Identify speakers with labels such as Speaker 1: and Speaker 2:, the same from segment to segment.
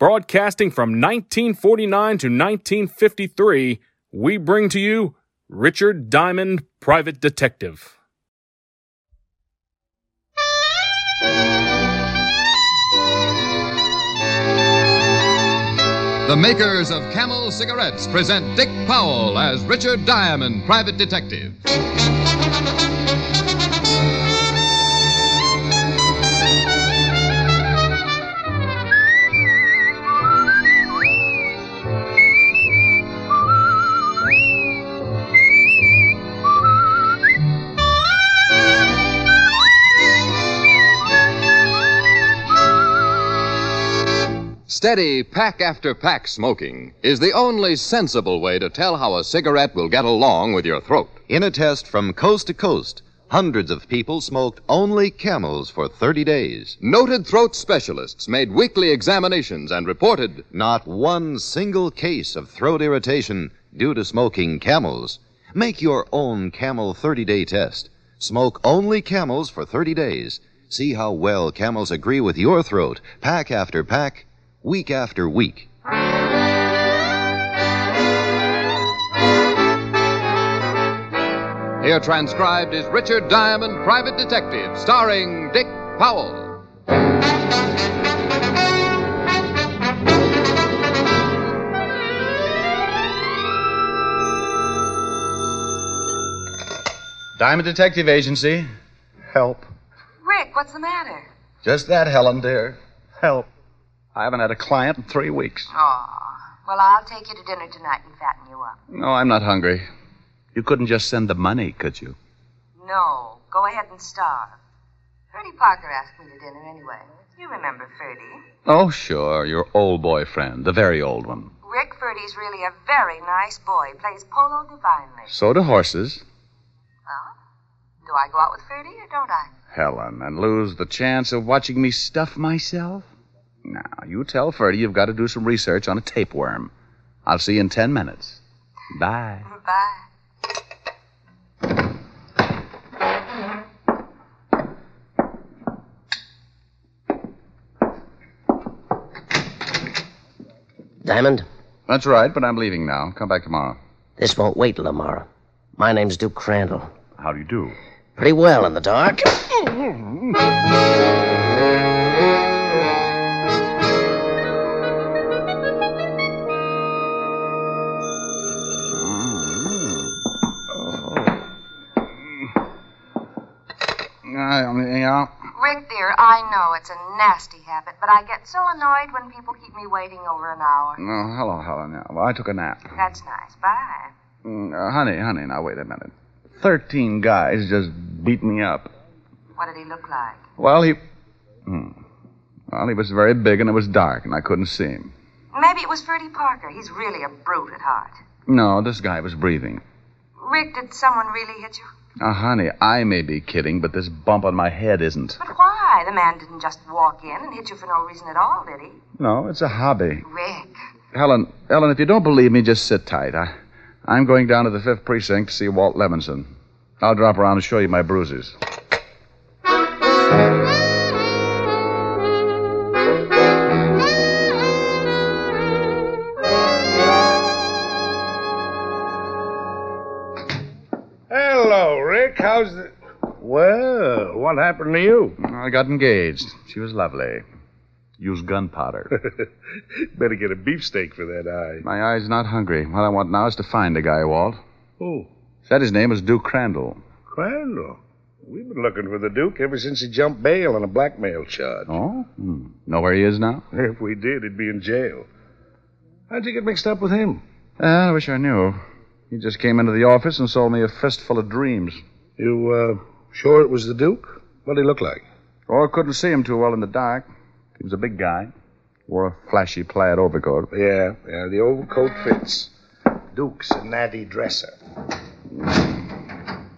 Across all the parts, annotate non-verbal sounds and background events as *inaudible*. Speaker 1: broadcasting from 1949 to 1953, we bring to you Richard Diamond, Private Detective.
Speaker 2: The makers of Camel cigarettes present Dick Powell as Richard Diamond, private detective. Steady pack after pack smoking is the only sensible way to tell how a cigarette will get along with your throat.
Speaker 3: In a test from coast to coast, hundreds of people smoked only camels for 30 days.
Speaker 2: Noted throat specialists made weekly examinations and reported
Speaker 3: Not one single case of throat irritation due to smoking camels. Make your own camel 30 day test. Smoke only camels for 30 days. See how well camels agree with your throat, pack after pack, week after week.
Speaker 2: Here transcribed is Richard Diamond, Private Detective, starring Dick Powell.
Speaker 4: Diamond Detective Agency. Help.
Speaker 5: Rick, what's the matter?
Speaker 4: Just that, Helen, dear.
Speaker 6: Help.
Speaker 4: I haven't had a client in three weeks.
Speaker 5: Aw. Well, I'll take you to dinner tonight and fatten you up.
Speaker 4: No, I'm not hungry. You couldn't just send the money, could you?
Speaker 5: No, go ahead and starve. Ferdy Parker asked me to dinner anyway. You remember Ferdy.
Speaker 4: Oh, sure. Your old boyfriend, the very old one.
Speaker 5: Rick Ferdy's really a very nice boy. Plays polo divinely.
Speaker 4: So do horses.
Speaker 5: Well, do I go out with Ferdy or don't I?
Speaker 4: Helen, and lose the chance of watching me stuff myself? Now, you tell Ferdy you've got to do some research on a tapeworm. I'll see you in ten minutes. Bye.
Speaker 5: Bye.
Speaker 7: Diamond,
Speaker 4: That's right, but I'm leaving now. Come back tomorrow.
Speaker 7: this won't wait till tomorrow. My name's Duke Crandall.
Speaker 4: How do you do?
Speaker 7: Pretty well in the dark.
Speaker 4: Yeah.
Speaker 5: Rick, dear, I know it's a nasty habit, but I get so annoyed when people keep me waiting over an hour.
Speaker 4: Oh, hello, Helen. Yeah, Well, I took a nap.
Speaker 5: That's nice. Bye.
Speaker 4: Mm, uh, honey, honey, now wait a minute. Thirteen guys just beat me up.
Speaker 5: What did he look like?
Speaker 4: Well, he. Hmm. Well, he was very big and it was dark and I couldn't see him.
Speaker 5: Maybe it was Ferdy Parker. He's really a brute at heart.
Speaker 4: No, this guy was breathing.
Speaker 5: Rick, did someone really hit you?
Speaker 4: Now, honey, I may be kidding, but this bump on my head isn't.
Speaker 5: But why? The man didn't just walk in and hit you for no reason at all, did he?
Speaker 4: No, it's a hobby.
Speaker 5: Rick.
Speaker 4: Helen, Helen, if you don't believe me, just sit tight. I, I'm going down to the fifth precinct to see Walt Levinson. I'll drop around and show you my bruises.
Speaker 8: Hello, Rick. How's the. Well, what happened to you?
Speaker 4: I got engaged. She was lovely. Used gunpowder.
Speaker 8: *laughs* Better get a beefsteak for that eye.
Speaker 4: my eye's not hungry. What I want now is to find a guy, Walt.
Speaker 8: Oh,
Speaker 4: Said his name was Duke Crandall.
Speaker 8: Crandall. We've been looking for the Duke ever since he jumped bail on a blackmail charge.
Speaker 4: Oh? Hmm. Know where he is now?
Speaker 8: If we did, he'd be in jail. How'd you get mixed up with him?
Speaker 4: Uh, I wish I knew. He just came into the office and sold me a fistful of dreams.
Speaker 8: You, uh, sure it was the Duke? What'd he look like?
Speaker 4: Oh, Or couldn't see him too well in the dark. He was a big guy. Wore a flashy plaid overcoat.
Speaker 8: Yeah, yeah, the overcoat fits. Duke's a natty dresser.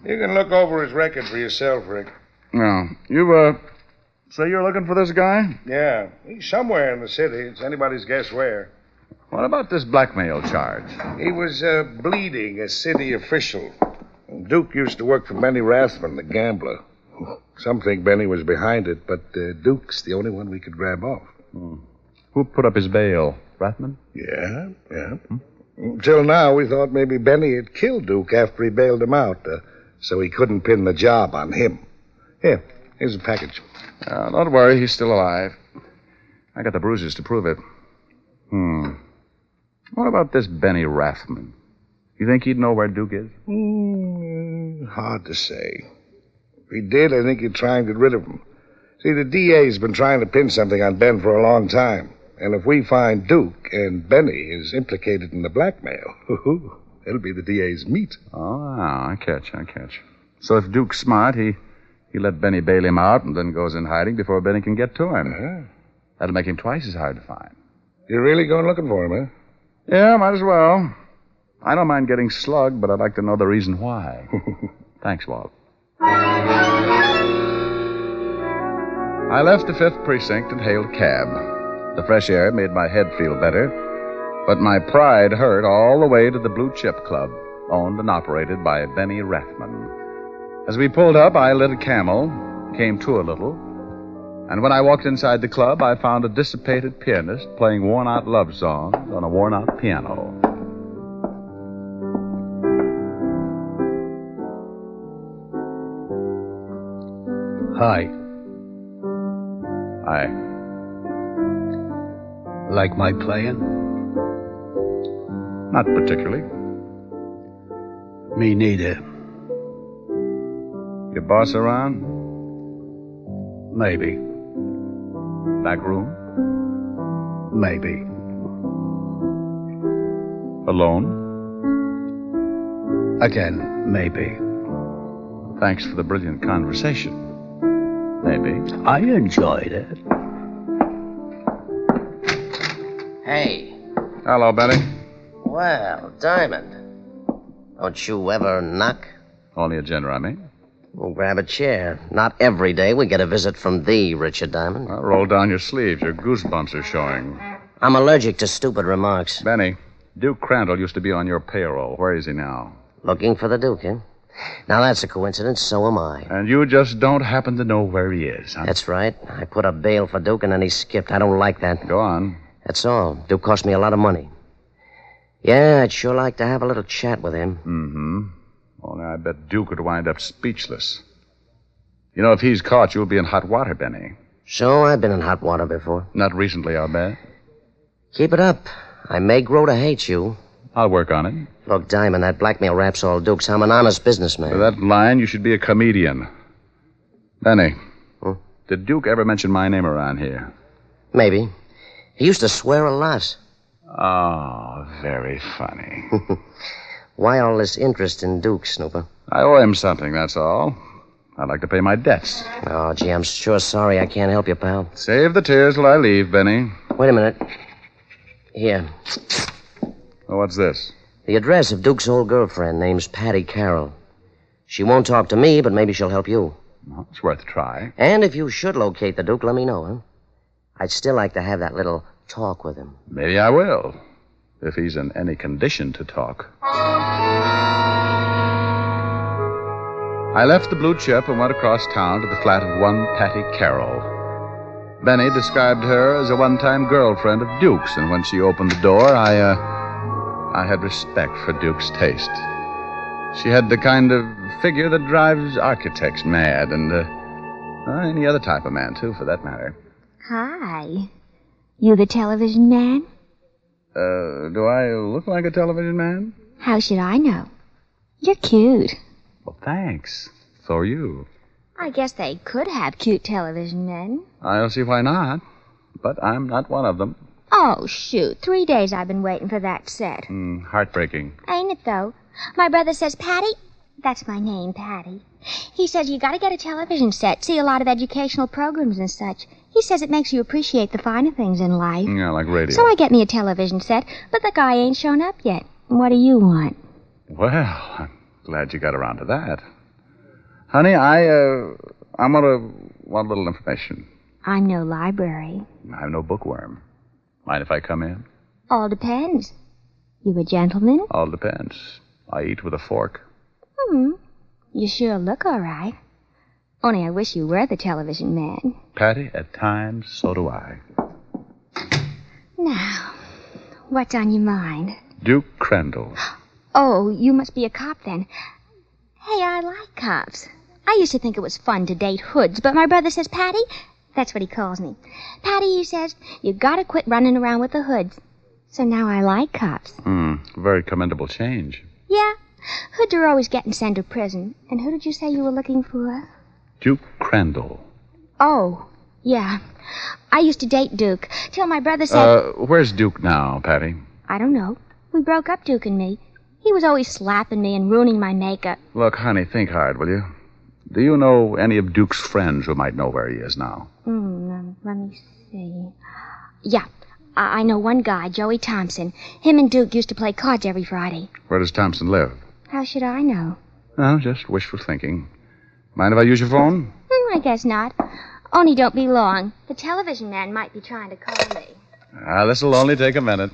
Speaker 8: You can look over his record for yourself, Rick.
Speaker 4: No. You, uh, say you're looking for this guy?
Speaker 8: Yeah, he's somewhere in the city. It's anybody's guess where.
Speaker 4: What about this blackmail charge?
Speaker 8: He was uh, bleeding a city official. Duke used to work for Benny Rathman, the gambler. Some think Benny was behind it, but uh, Duke's the only one we could grab off.
Speaker 4: Hmm. Who put up his bail? Rathman?
Speaker 8: Yeah, yeah. Until now, we thought maybe Benny had killed Duke after he bailed him out, uh, so he couldn't pin the job on him. Here, here's a package.
Speaker 4: Uh, don't worry, he's still alive. I got the bruises to prove it. Hmm. What about this Benny Rathman? You think he'd know where Duke is?
Speaker 8: Hmm, hard to say. If he did, I think he'd try and get rid of him. See, the DA's been trying to pin something on Ben for a long time. And if we find Duke and Benny is implicated in the blackmail, *laughs* it'll be the DA's meat.
Speaker 4: Oh, I catch, I catch. So if Duke's smart, he he let Benny bail him out and then goes in hiding before Benny can get to him. That'll make him twice as hard to find.
Speaker 8: You're really going looking for him, eh? huh?
Speaker 4: Yeah, might as well. I don't mind getting slugged, but I'd like to know the reason why. Thanks, Walt. I left the fifth precinct and hailed a cab. The fresh air made my head feel better, but my pride hurt all the way to the Blue Chip Club, owned and operated by Benny Rathman. As we pulled up, I lit a camel, came to a little, and when I walked inside the club, I found a dissipated pianist playing worn out love songs on a worn out piano.
Speaker 6: Hi.
Speaker 4: I.
Speaker 6: Like my playing?
Speaker 4: Not particularly.
Speaker 6: Me neither.
Speaker 4: Your boss around?
Speaker 6: Maybe.
Speaker 4: Back room?
Speaker 6: Maybe.
Speaker 4: Alone?
Speaker 6: Again, maybe.
Speaker 4: Thanks for the brilliant conversation. Maybe.
Speaker 6: I enjoyed it.
Speaker 7: Hey,
Speaker 4: Hello, Benny.
Speaker 7: well, Diamond. Don't you ever knock?
Speaker 4: Only a gin rummy.
Speaker 7: We'll grab a chair. Not every day we get a visit from thee, Richard Diamond.
Speaker 4: Well, roll down your sleeves. Your goosebumps are showing.
Speaker 7: I'm allergic to stupid remarks.
Speaker 4: Benny, Duke Crandall used to be on your payroll. Where is he now?
Speaker 7: Looking for the Duke, eh? Now that's a coincidence, so am I.
Speaker 4: And you just don't happen to know where he is, huh?
Speaker 7: That's right. I put up bail for Duke and then he skipped. I don't like that.
Speaker 4: Go on.
Speaker 7: That's all. Duke cost me a lot of money. Yeah, I'd sure like to have a little chat with him.
Speaker 4: Mm-hmm. Only I bet Duke would wind up speechless. You know, if he's caught, you'll be in hot water, Benny.
Speaker 7: So I've been in hot water before.
Speaker 4: Not recently, I'll bet.
Speaker 7: Keep it up. I may grow to hate you.
Speaker 4: I'll work on it.
Speaker 7: Look, Diamond, that blackmail rap's all Dukes. I'm an honest businessman.
Speaker 4: For that line, you should be a comedian. Benny, did Duke ever mention my name around here?
Speaker 7: Maybe. He used to swear a lot.
Speaker 4: Oh, very funny.
Speaker 7: *laughs* Why all this interest in Duke, Snooper?
Speaker 4: I owe him something, that's all. I'd like to pay my debts.
Speaker 7: Oh, gee, I'm sure sorry I can't help you, pal.
Speaker 4: Save the tears till I leave, Benny.
Speaker 7: Wait a minute. Here.
Speaker 4: Oh, what's this?
Speaker 7: The address of Duke's old girlfriend, name's Patty Carroll. She won't talk to me, but maybe she'll help you.
Speaker 4: Well, it's worth a try.
Speaker 7: And if you should locate the Duke, let me know, huh? I'd still like to have that little talk with him.
Speaker 4: Maybe I will, if he's in any condition to talk. I left the Blue Chip and went across town to the flat of one Patty Carroll. Benny described her as a one-time girlfriend of Duke's, and when she opened the door, I, uh, I had respect for Duke's taste. She had the kind of figure that drives architects mad, and uh, uh, any other type of man too, for that matter.
Speaker 9: Hi. You the television man?
Speaker 4: Uh, do I look like a television man?
Speaker 9: How should I know? You're cute.
Speaker 4: Well, thanks. So are you.
Speaker 9: I guess they could have cute television men.
Speaker 4: I don't see why not, but I'm not one of them.
Speaker 9: Oh, shoot. Three days I've been waiting for that set.
Speaker 4: Mm, heartbreaking.
Speaker 9: Ain't it, though? My brother says, Patty, that's my name, Patty. He says you gotta get a television set, see a lot of educational programs and such. He says it makes you appreciate the finer things in life.
Speaker 4: Yeah, like radio.
Speaker 9: So I get me a television set, but the guy ain't shown up yet. What do you want?
Speaker 4: Well, I'm glad you got around to that. Honey, I, uh, I want to, want a little information.
Speaker 9: I'm no library.
Speaker 4: I'm no bookworm. Mind if I come in?
Speaker 9: All depends. You a gentleman?
Speaker 4: All depends. I eat with a fork.
Speaker 9: Hmm. You sure look all right. Only I wish you were the television man.
Speaker 4: Patty, at times, so do I.
Speaker 9: Now, what's on your mind?
Speaker 4: Duke Crandall.
Speaker 9: Oh, you must be a cop then. Hey, I like cops. I used to think it was fun to date hoods, but my brother says, Patty, that's what he calls me. Patty, he says, you gotta quit running around with the hoods. So now I like cops.
Speaker 4: Hmm. Very commendable change.
Speaker 9: Yeah, hoods are always getting sent to prison. And who did you say you were looking for?
Speaker 4: Duke Crandall.
Speaker 9: Oh, yeah. I used to date Duke till my brother said,
Speaker 4: Uh, where's Duke now, Patty?
Speaker 9: I don't know. We broke up, Duke and me. He was always slapping me and ruining my makeup.
Speaker 4: Look, honey, think hard, will you? Do you know any of Duke's friends who might know where he is now?
Speaker 9: Hmm, um, let me see. Yeah, I-, I know one guy, Joey Thompson. Him and Duke used to play cards every Friday.
Speaker 4: Where does Thompson live?
Speaker 9: How should I know?
Speaker 4: Oh, just wishful thinking. Mind if I use your phone?
Speaker 9: Hmm, I guess not. Only don't be long. The television man might be trying to call me.
Speaker 4: Ah, this'll only take a minute.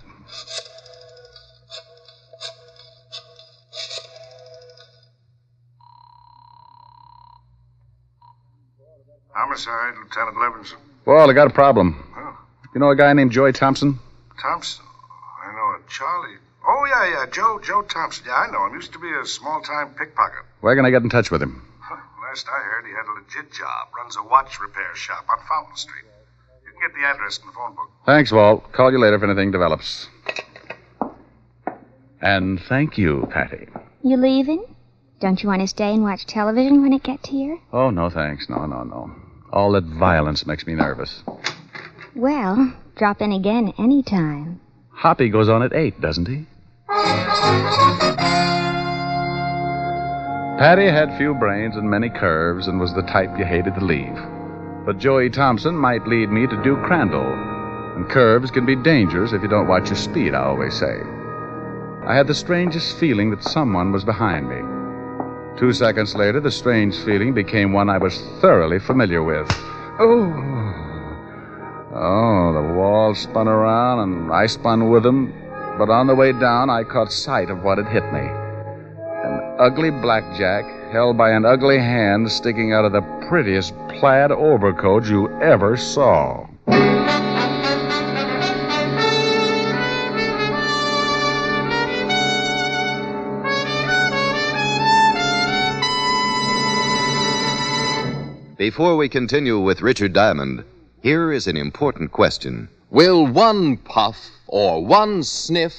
Speaker 8: Homicide, Lieutenant Levinson.
Speaker 4: Well, I got a problem.
Speaker 8: Oh.
Speaker 4: You know a guy named Joy Thompson?
Speaker 8: Thompson. I know it. Charlie. Oh, yeah, yeah. Joe, Joe Thompson. Yeah, I know him. Used to be a small time pickpocket.
Speaker 4: Where can I get in touch with him?
Speaker 8: Huh, Last I heard, he had a legit job. Runs a watch repair shop on Fountain Street. You can get the address in the phone book.
Speaker 4: Thanks, Walt. Call you later if anything develops. And thank you, Patty.
Speaker 9: You leaving? Don't you want to stay and watch television when it gets here?
Speaker 4: Oh, no thanks. No, no, no. All that violence makes me nervous.
Speaker 9: Well, drop in again any time.
Speaker 4: Hoppy goes on at 8, doesn't he? Patty had few brains and many curves and was the type you hated to leave. But Joey Thompson might lead me to Duke Crandall, and curves can be dangerous if you don't watch your speed, I always say. I had the strangest feeling that someone was behind me. Two seconds later, the strange feeling became one I was thoroughly familiar with. Oh, Oh, the wall spun around and I spun with him. But on the way down, I caught sight of what had hit me an ugly blackjack held by an ugly hand sticking out of the prettiest plaid overcoat you ever saw.
Speaker 3: Before we continue with Richard Diamond, here is an important question.
Speaker 2: Will one puff or one sniff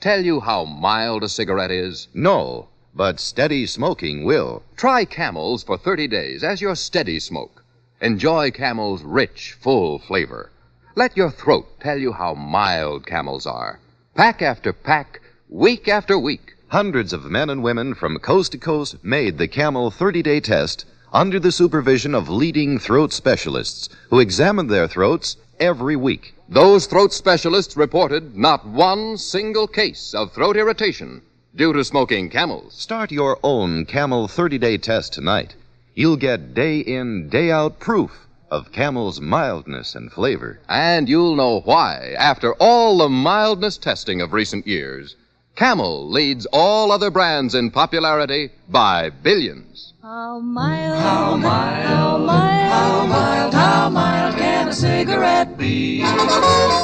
Speaker 2: tell you how mild a cigarette is?
Speaker 3: No, but steady smoking will.
Speaker 2: Try Camels for 30 days as your steady smoke. Enjoy Camels' rich, full flavor. Let your throat tell you how mild Camels are. Pack after pack, week after week.
Speaker 3: Hundreds of men and women from coast to coast made the Camel 30 day test under the supervision of leading throat specialists who examined their throats every week.
Speaker 2: Those throat specialists reported not one single case of throat irritation due to smoking Camels.
Speaker 3: Start your own Camel 30 day test tonight. You'll get day in, day out proof of Camel's mildness and flavor.
Speaker 2: And you'll know why after all the mildness testing of recent years. Camel leads all other brands in popularity by billions.
Speaker 10: How mild, how mild, how mild, how mild, how mild can a cigarette be?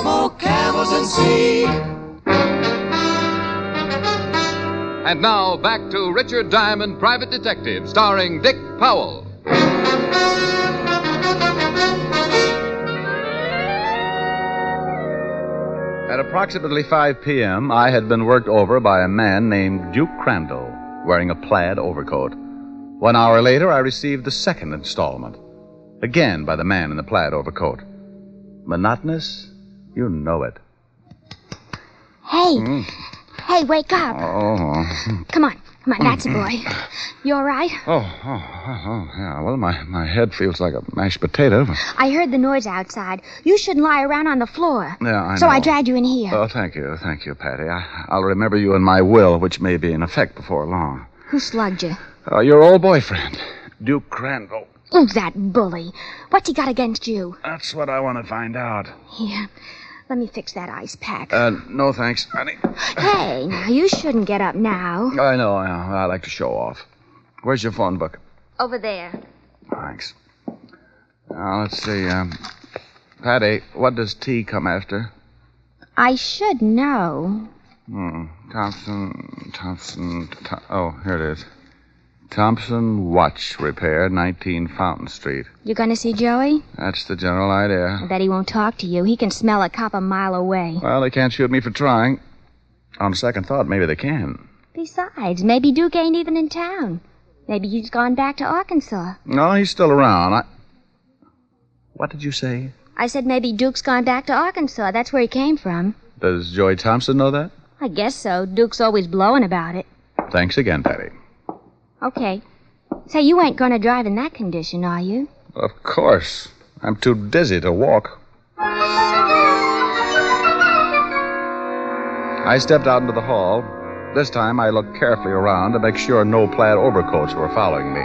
Speaker 10: Smoke camels and see.
Speaker 2: And now back to Richard Diamond, Private Detective, starring Dick Powell.
Speaker 4: At approximately 5 p.m., I had been worked over by a man named Duke Crandall, wearing a plaid overcoat. One hour later, I received the second installment, again by the man in the plaid overcoat. Monotonous? You know it.
Speaker 9: Hey, Hey, wake up.
Speaker 4: Hmm. Oh. Mm-hmm.
Speaker 9: Come on. Come on. That's a boy. You all right?
Speaker 4: Oh, oh, oh, oh, yeah. Well, my, my head feels like a mashed potato.
Speaker 9: I heard the noise outside. You shouldn't lie around on the floor.
Speaker 4: Yeah, I
Speaker 9: so
Speaker 4: know.
Speaker 9: I dragged you in here.
Speaker 4: Oh, thank you, thank you, Patty. I, I'll remember you in my will, which may be in effect before long.
Speaker 9: Who slugged you?
Speaker 4: Uh, your old boyfriend, Duke Crandall.
Speaker 9: Oh, that bully. What's he got against you?
Speaker 4: That's what I want to find out.
Speaker 9: Here, let me fix that ice pack.
Speaker 4: Uh, no thanks, honey.
Speaker 9: Hey, now you shouldn't get up now.
Speaker 4: I know, I know. I like to show off. Where's your phone book?
Speaker 9: Over there.
Speaker 4: Thanks. Now, let's see. Um, Patty, what does T come after?
Speaker 9: I should know.
Speaker 4: Hmm. Thompson, Thompson, Tho- oh, here it is. Thompson Watch Repair, 19 Fountain Street.
Speaker 9: You're going to see Joey?
Speaker 4: That's the general idea.
Speaker 9: I bet he won't talk to you. He can smell a cop a mile away.
Speaker 4: Well, they can't shoot me for trying. On second thought, maybe they can.
Speaker 9: Besides, maybe Duke ain't even in town. Maybe he's gone back to Arkansas.
Speaker 4: No, he's still around. I... What did you say?
Speaker 9: I said maybe Duke's gone back to Arkansas. That's where he came from.
Speaker 4: Does Joy Thompson know that?
Speaker 9: I guess so. Duke's always blowing about it.
Speaker 4: Thanks again, Patty.
Speaker 9: Okay. Say, you ain't going to drive in that condition, are you?
Speaker 4: Of course. I'm too dizzy to walk. I stepped out into the hall. This time I looked carefully around to make sure no plaid overcoats were following me.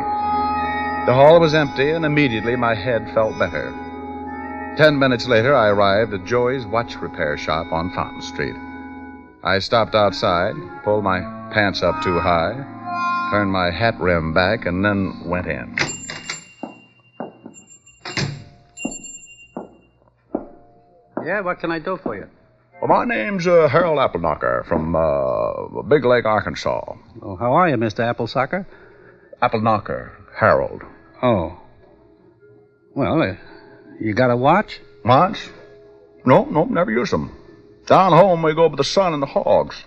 Speaker 4: The hall was empty, and immediately my head felt better. Ten minutes later, I arrived at Joey's watch repair shop on Fountain Street. I stopped outside, pulled my pants up too high, turned my hat rim back, and then went in.
Speaker 11: Yeah, what can I do for you?
Speaker 12: Well, my name's uh, Harold Appleknocker from uh, Big Lake, Arkansas.
Speaker 11: Oh, how are you, Mr. Applesucker?
Speaker 12: Appleknocker, Harold.
Speaker 11: Oh. Well, uh, you got a watch?
Speaker 12: Watch? Nope, nope, never use them. Down home, we go with the sun and the hogs.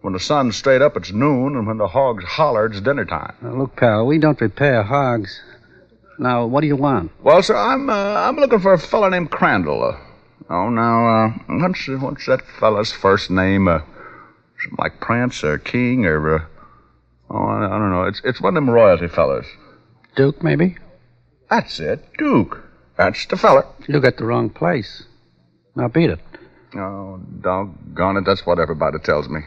Speaker 12: When the sun's straight up, it's noon, and when the hogs holler, it's dinner time.
Speaker 11: Now, look, pal, we don't repair hogs. Now, what do you want?
Speaker 12: Well, sir, I'm uh, I'm looking for a fellow named Crandall. Uh, oh, now, uh, what's, what's that fella's first name? Uh, something like Prince or King or. Uh, oh, I, I don't know. It's, it's one of them royalty fellas.
Speaker 11: Duke, maybe?
Speaker 12: That's it, Duke. That's the fella.
Speaker 11: You got the wrong place. Now, beat it.
Speaker 12: Oh, doggone it. That's what everybody tells me.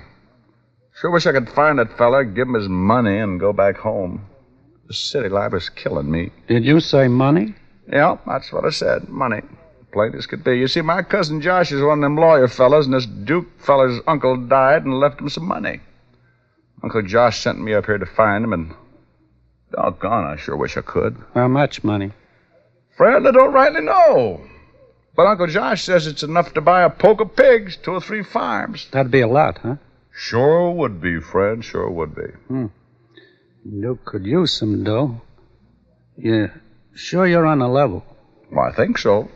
Speaker 12: Sure wish I could find that fella, give him his money, and go back home. The city life is killing me.
Speaker 11: Did you say money?
Speaker 12: Yeah, that's what I said. Money. Plain as could be. You see, my cousin Josh is one of them lawyer fellas, and this Duke fella's uncle died and left him some money. Uncle Josh sent me up here to find him, and doggone, I sure wish I could.
Speaker 11: How much money?
Speaker 12: Fred, I don't rightly know. But Uncle Josh says it's enough to buy a poke of pigs, two or three farms.
Speaker 11: That'd be a lot, huh?
Speaker 12: Sure would be, Fred. Sure would be.
Speaker 11: Hmm. You could use some dough. Yeah. Sure you're on a level.
Speaker 12: Well, I think so.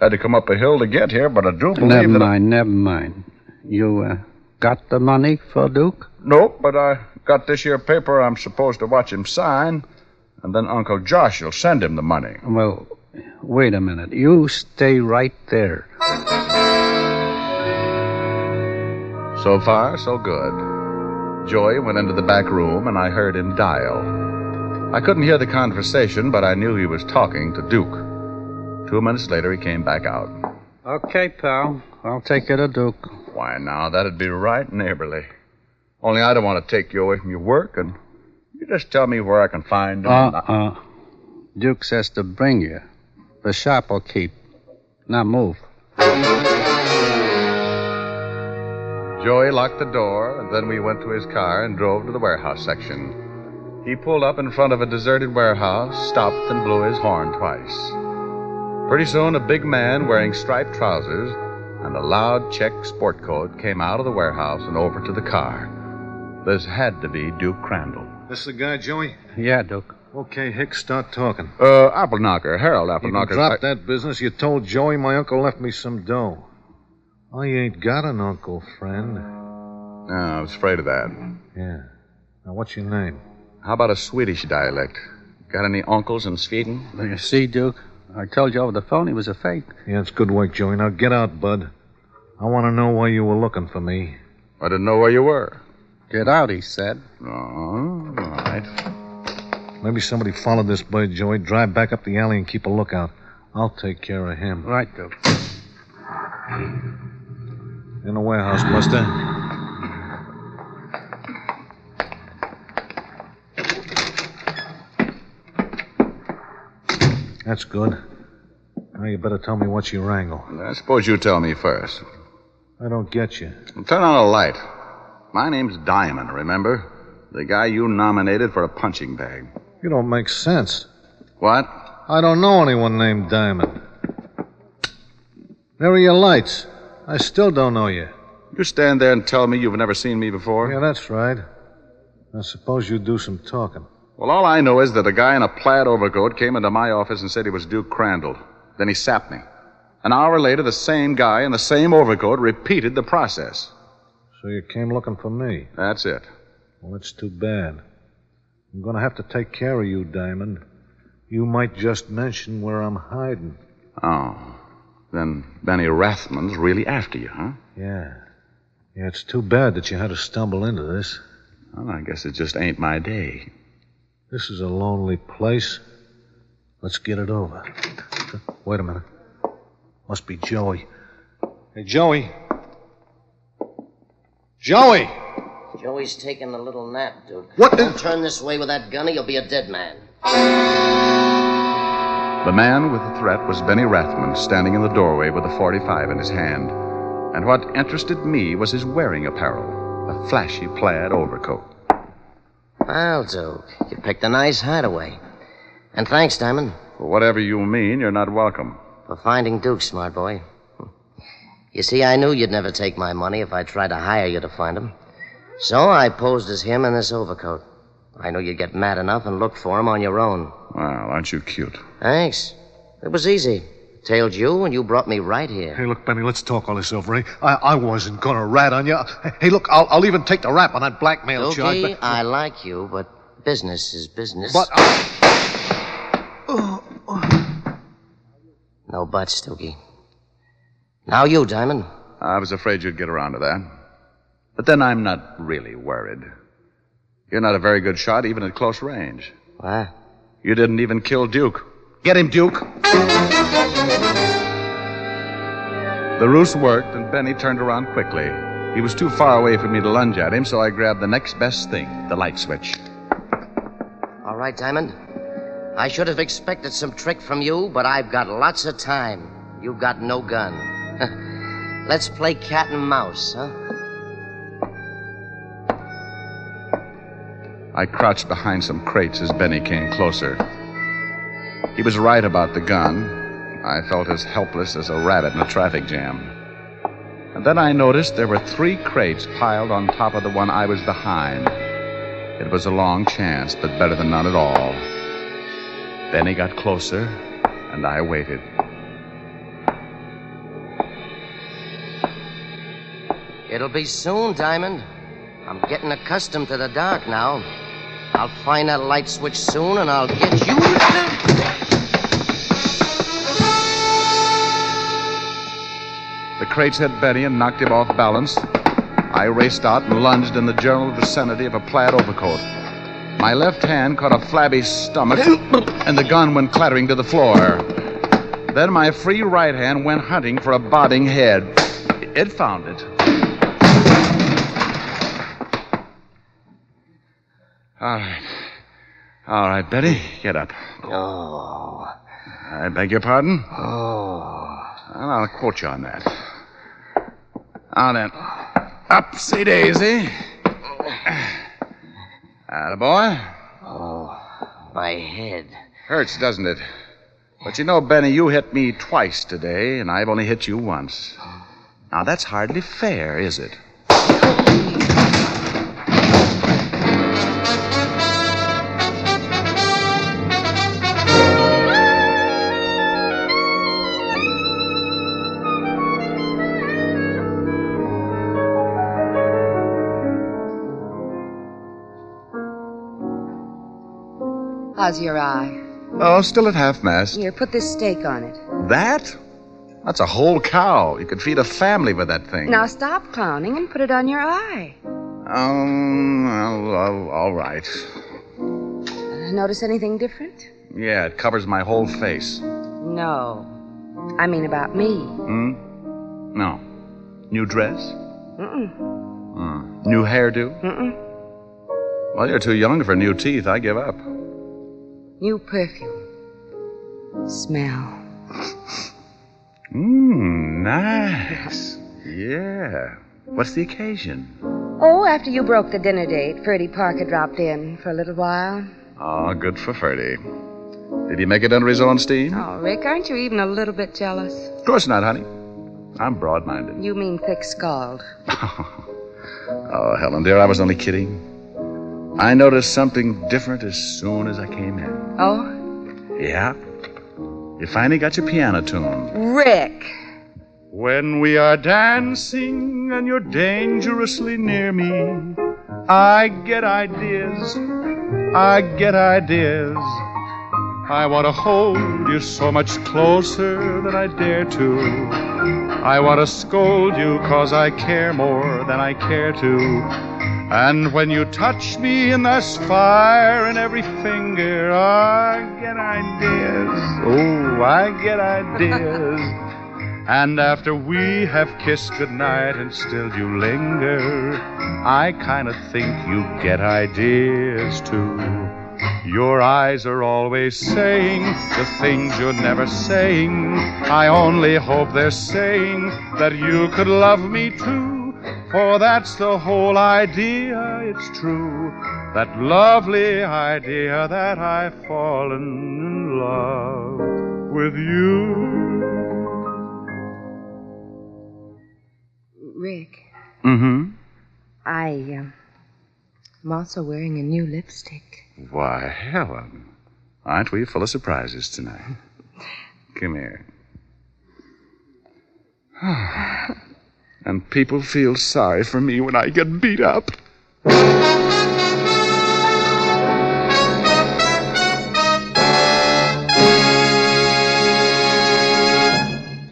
Speaker 12: Had to come up a hill to get here, but I do believe
Speaker 11: Never
Speaker 12: that.
Speaker 11: mind, never mind. You uh, got the money for Duke?
Speaker 12: Nope, but I got this here paper I'm supposed to watch him sign, and then Uncle Josh will send him the money.
Speaker 11: Well, wait a minute. You stay right there.
Speaker 4: So far, so good. Joy went into the back room, and I heard him dial. I couldn't hear the conversation, but I knew he was talking to Duke. Two minutes later, he came back out.
Speaker 11: Okay, pal. I'll take you to Duke.
Speaker 12: Why, now, that'd be right neighborly. Only I don't want to take you away from your work, and you just tell me where I can find
Speaker 11: Uh
Speaker 12: him. and I-
Speaker 11: uh. Duke says to bring you. The shop will keep. Now move.
Speaker 4: Joey locked the door, and then we went to his car and drove to the warehouse section. He pulled up in front of a deserted warehouse, stopped, and blew his horn twice. Pretty soon, a big man wearing striped trousers and a loud check sport coat came out of the warehouse and over to the car. This had to be Duke Crandall.
Speaker 13: This the guy, Joey?
Speaker 11: Yeah, Duke.
Speaker 13: Okay, Hicks, start talking.
Speaker 4: Uh, Appleknocker, Harold
Speaker 13: You
Speaker 4: Appleknocker.
Speaker 13: dropped that business. You told Joey my uncle left me some dough. I ain't got an uncle, friend.
Speaker 4: No, I was afraid of that.
Speaker 13: Yeah. Now, what's your name?
Speaker 4: How about a Swedish dialect? Got any uncles in Sweden?
Speaker 11: You see, Duke, I told you over the phone he was a fake.
Speaker 13: Yeah, it's good work, Joey. Now get out, bud. I want to know why you were looking for me.
Speaker 4: I didn't know where you were.
Speaker 14: Get out, he said.
Speaker 4: Oh, all right.
Speaker 13: Maybe somebody followed this bird, Joey. Drive back up the alley and keep a lookout. I'll take care of him.
Speaker 14: Right, Duke.
Speaker 13: In the warehouse, Buster. That's good. Now you better tell me what you wrangle.
Speaker 4: I suppose you tell me first.
Speaker 13: I don't get you.
Speaker 4: Turn on a light. My name's Diamond, remember? The guy you nominated for a punching bag.
Speaker 13: You don't make sense.
Speaker 4: What?
Speaker 13: I don't know anyone named Diamond. There are your lights. I still don't know you.
Speaker 4: You stand there and tell me you've never seen me before?
Speaker 13: Yeah, that's right. I suppose you do some talking.
Speaker 4: Well, all I know is that a guy in a plaid overcoat came into my office and said he was Duke Crandall. Then he sapped me. An hour later, the same guy in the same overcoat repeated the process.
Speaker 13: So you came looking for me.
Speaker 4: That's it.
Speaker 13: Well, that's too bad. I'm going to have to take care of you, Diamond. You might just mention where I'm hiding.
Speaker 4: Oh. Then Benny Rathman's really after you, huh?
Speaker 13: Yeah. Yeah, it's too bad that you had to stumble into this.
Speaker 4: Well, I guess it just ain't my day.
Speaker 13: This is a lonely place. Let's get it over. Wait a minute. Must be Joey. Hey, Joey. Joey!
Speaker 7: Joey's taking a little nap, Duke.
Speaker 13: What
Speaker 7: Don't turn this way with that gun or you'll be a dead man.
Speaker 4: The man with the threat was Benny Rathman, standing in the doorway with a 45 in his hand. And what interested me was his wearing apparel a flashy plaid overcoat.
Speaker 7: Well, Duke, you picked a nice hideaway. And thanks, Diamond,
Speaker 4: For whatever you mean, you're not welcome.
Speaker 7: for finding Duke, smart boy. You see, I knew you'd never take my money if I tried to hire you to find him. So I posed as him in this overcoat. I knew you'd get mad enough and look for him on your own.
Speaker 4: Well, aren't you cute?
Speaker 7: Thanks. It was easy. Tailed you, and you brought me right here.
Speaker 13: Hey, look, Benny, let's talk all this over, eh? I, I wasn't going to rat on you. Hey, look, I'll, I'll even take the rap on that blackmail charge.
Speaker 7: Dookie,
Speaker 13: but-
Speaker 7: I like you, but business is business.
Speaker 13: But
Speaker 7: No buts, Dookie. Now you, Diamond.
Speaker 4: I was afraid you'd get around to that. But then I'm not really worried. You're not a very good shot, even at close range.
Speaker 7: What?
Speaker 4: You didn't even kill Duke. Get him, Duke! The ruse worked, and Benny turned around quickly. He was too far away for me to lunge at him, so I grabbed the next best thing the light switch.
Speaker 7: All right, Diamond. I should have expected some trick from you, but I've got lots of time. You've got no gun. *laughs* Let's play cat and mouse, huh?
Speaker 4: I crouched behind some crates as Benny came closer. He was right about the gun. I felt as helpless as a rabbit in a traffic jam. And then I noticed there were three crates piled on top of the one I was behind. It was a long chance, but better than none at all. Benny got closer, and I waited.
Speaker 7: It'll be soon, Diamond. I'm getting accustomed to the dark now. I'll find that light switch soon, and I'll get you.
Speaker 4: The crates hit Benny and knocked him off balance. I raced out and lunged in the general vicinity of a plaid overcoat. My left hand caught a flabby stomach, and the gun went clattering to the floor. Then my free right hand went hunting for a bobbing head. It found it. All right. All right, Betty, get up.
Speaker 7: Oh.
Speaker 4: I beg your pardon? Oh. Well, I'll quote you on that. Now then, upsy daisy. Atta boy.
Speaker 7: Oh, my head.
Speaker 4: Hurts, doesn't it? But you know, Benny, you hit me twice today, and I've only hit you once. Now, that's hardly fair, is it?
Speaker 15: How's your eye?
Speaker 4: Oh, still at half mast.
Speaker 12: Oh,
Speaker 15: Here, put this steak on it.
Speaker 4: That?
Speaker 12: That's a whole cow. You could feed a family with that thing.
Speaker 15: Now stop clowning and put it on your eye.
Speaker 12: Um, well, well, all right.
Speaker 15: Notice anything different?
Speaker 12: Yeah, it covers my whole face.
Speaker 15: No. I mean about me.
Speaker 12: Hmm? No. New dress?
Speaker 15: Mm-mm.
Speaker 12: Mm. New hairdo?
Speaker 15: Mm-mm.
Speaker 12: Well, you're too young for new teeth. I give up.
Speaker 15: New perfume. Smell.
Speaker 12: Mmm, nice. Yeah. What's the occasion?
Speaker 15: Oh, after you broke the dinner date, Ferdy Parker dropped in for a little while.
Speaker 12: Oh, good for Ferdy. Did he make it under his own steam?
Speaker 15: Oh, Rick, aren't you even a little bit jealous?
Speaker 12: Of course not, honey. I'm broad minded.
Speaker 15: You mean thick scald.
Speaker 12: Oh, Helen, dear, I was only kidding. I noticed something different as soon as I came in.
Speaker 15: Oh?
Speaker 12: Yeah. You finally got your piano tuned.
Speaker 15: Rick.
Speaker 12: When we are dancing and you're dangerously near me, I get ideas. I get ideas. I want to hold you so much closer than I dare to. I want to scold you 'cause I care more than I care to. And when you touch me and there's fire in every finger, I get ideas. Oh, I get ideas. and after we have kissed goodnight and still you linger, I kind of think you get ideas too. Your eyes are always saying the things you're never saying. I only hope they're saying that you could love me too. For that's the whole idea, it's true. That lovely idea that I've fallen in love with you.
Speaker 15: Rick,
Speaker 12: Mm
Speaker 15: I, um, I'm also wearing a new lipstick.
Speaker 12: hmm. Why, Helen, aren't we full of surprises tonight? Come here. *sighs* And people feel sorry for me when I get beat up.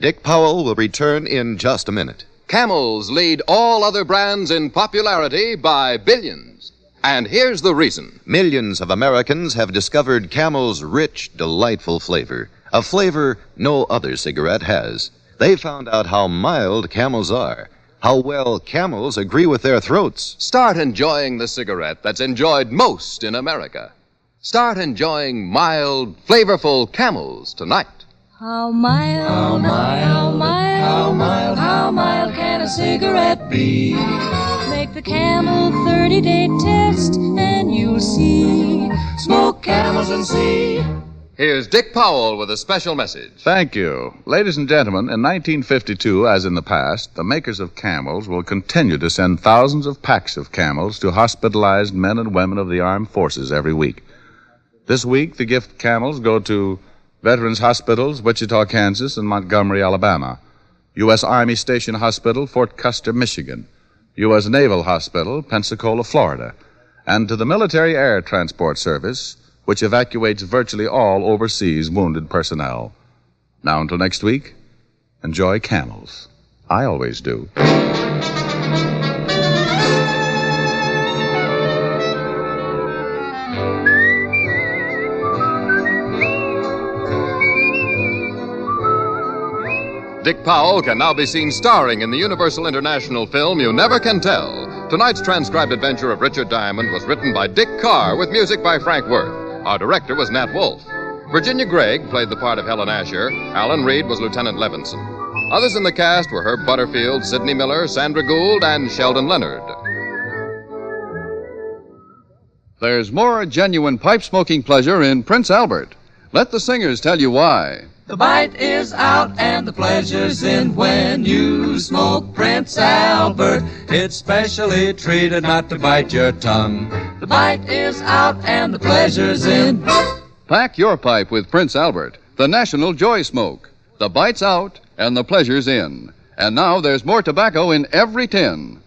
Speaker 3: Dick Powell will return in just a minute.
Speaker 2: Camels lead all other brands in popularity by billions. And here's the reason.
Speaker 3: Millions of Americans have discovered Camel's rich, delightful flavor, a flavor no other cigarette has. They found out how mild Camels are, how well Camels agree with their throats.
Speaker 2: Start enjoying the cigarette that's enjoyed most in America. Start enjoying mild, flavorful camels tonight.
Speaker 10: How mild, how mild, how mild, how mild, how mild can a cigarette be? Make the camel 30 day test and you'll see. Smoke camels and see.
Speaker 2: Here's Dick Powell with a special message.
Speaker 12: Thank you. Ladies and gentlemen, in 1952, as in the past, the makers of camels will continue to send thousands of packs of camels to hospitalized men and women of the armed forces every week. This week, the gift camels go to veterans hospitals, Wichita, Kansas, and Montgomery, Alabama, U.S. Army Station Hospital, Fort Custer, Michigan, U.S. Naval Hospital, Pensacola, Florida, and to the Military Air Transport Service, which evacuates virtually all overseas wounded personnel. Now, until next week, enjoy camels. I always do.
Speaker 2: Dick Powell can now be seen starring in the Universal International film You Never Can Tell. Tonight's transcribed adventure of Richard Diamond was written by Dick Carr with music by Frank Worth. Our director was Nat Wolf. Virginia Gregg played the part of Helen Asher. Alan Reed was Lieutenant Levinson. Others in the cast were Herb Butterfield, Sidney Miller, Sandra Gould, and Sheldon Leonard.
Speaker 16: There's more genuine pipe smoking pleasure in Prince Albert. Let the singers tell you why.
Speaker 10: The bite is out and the pleasure's in when you smoke Prince Albert. It's specially treated not to bite your tongue. The bite is out and the pleasure's in.
Speaker 16: Pack your pipe with Prince Albert, the national joy smoke. The bite's out and the pleasure's in. And now there's more tobacco in every tin.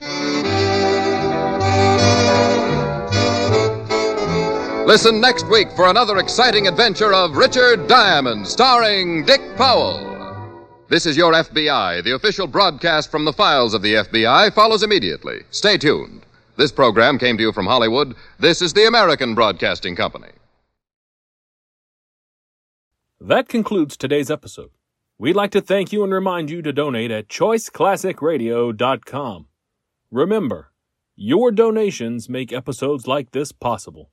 Speaker 2: Listen next week for another exciting adventure of Richard Diamond, starring Dick Powell. This is your FBI. The official broadcast from the files of the FBI follows immediately. Stay tuned. This program came to you from Hollywood. This is the American Broadcasting Company.
Speaker 1: That concludes today's episode. We'd like to thank you and remind you to donate at choiceclassicradio.com. Remember, your donations make episodes like this possible.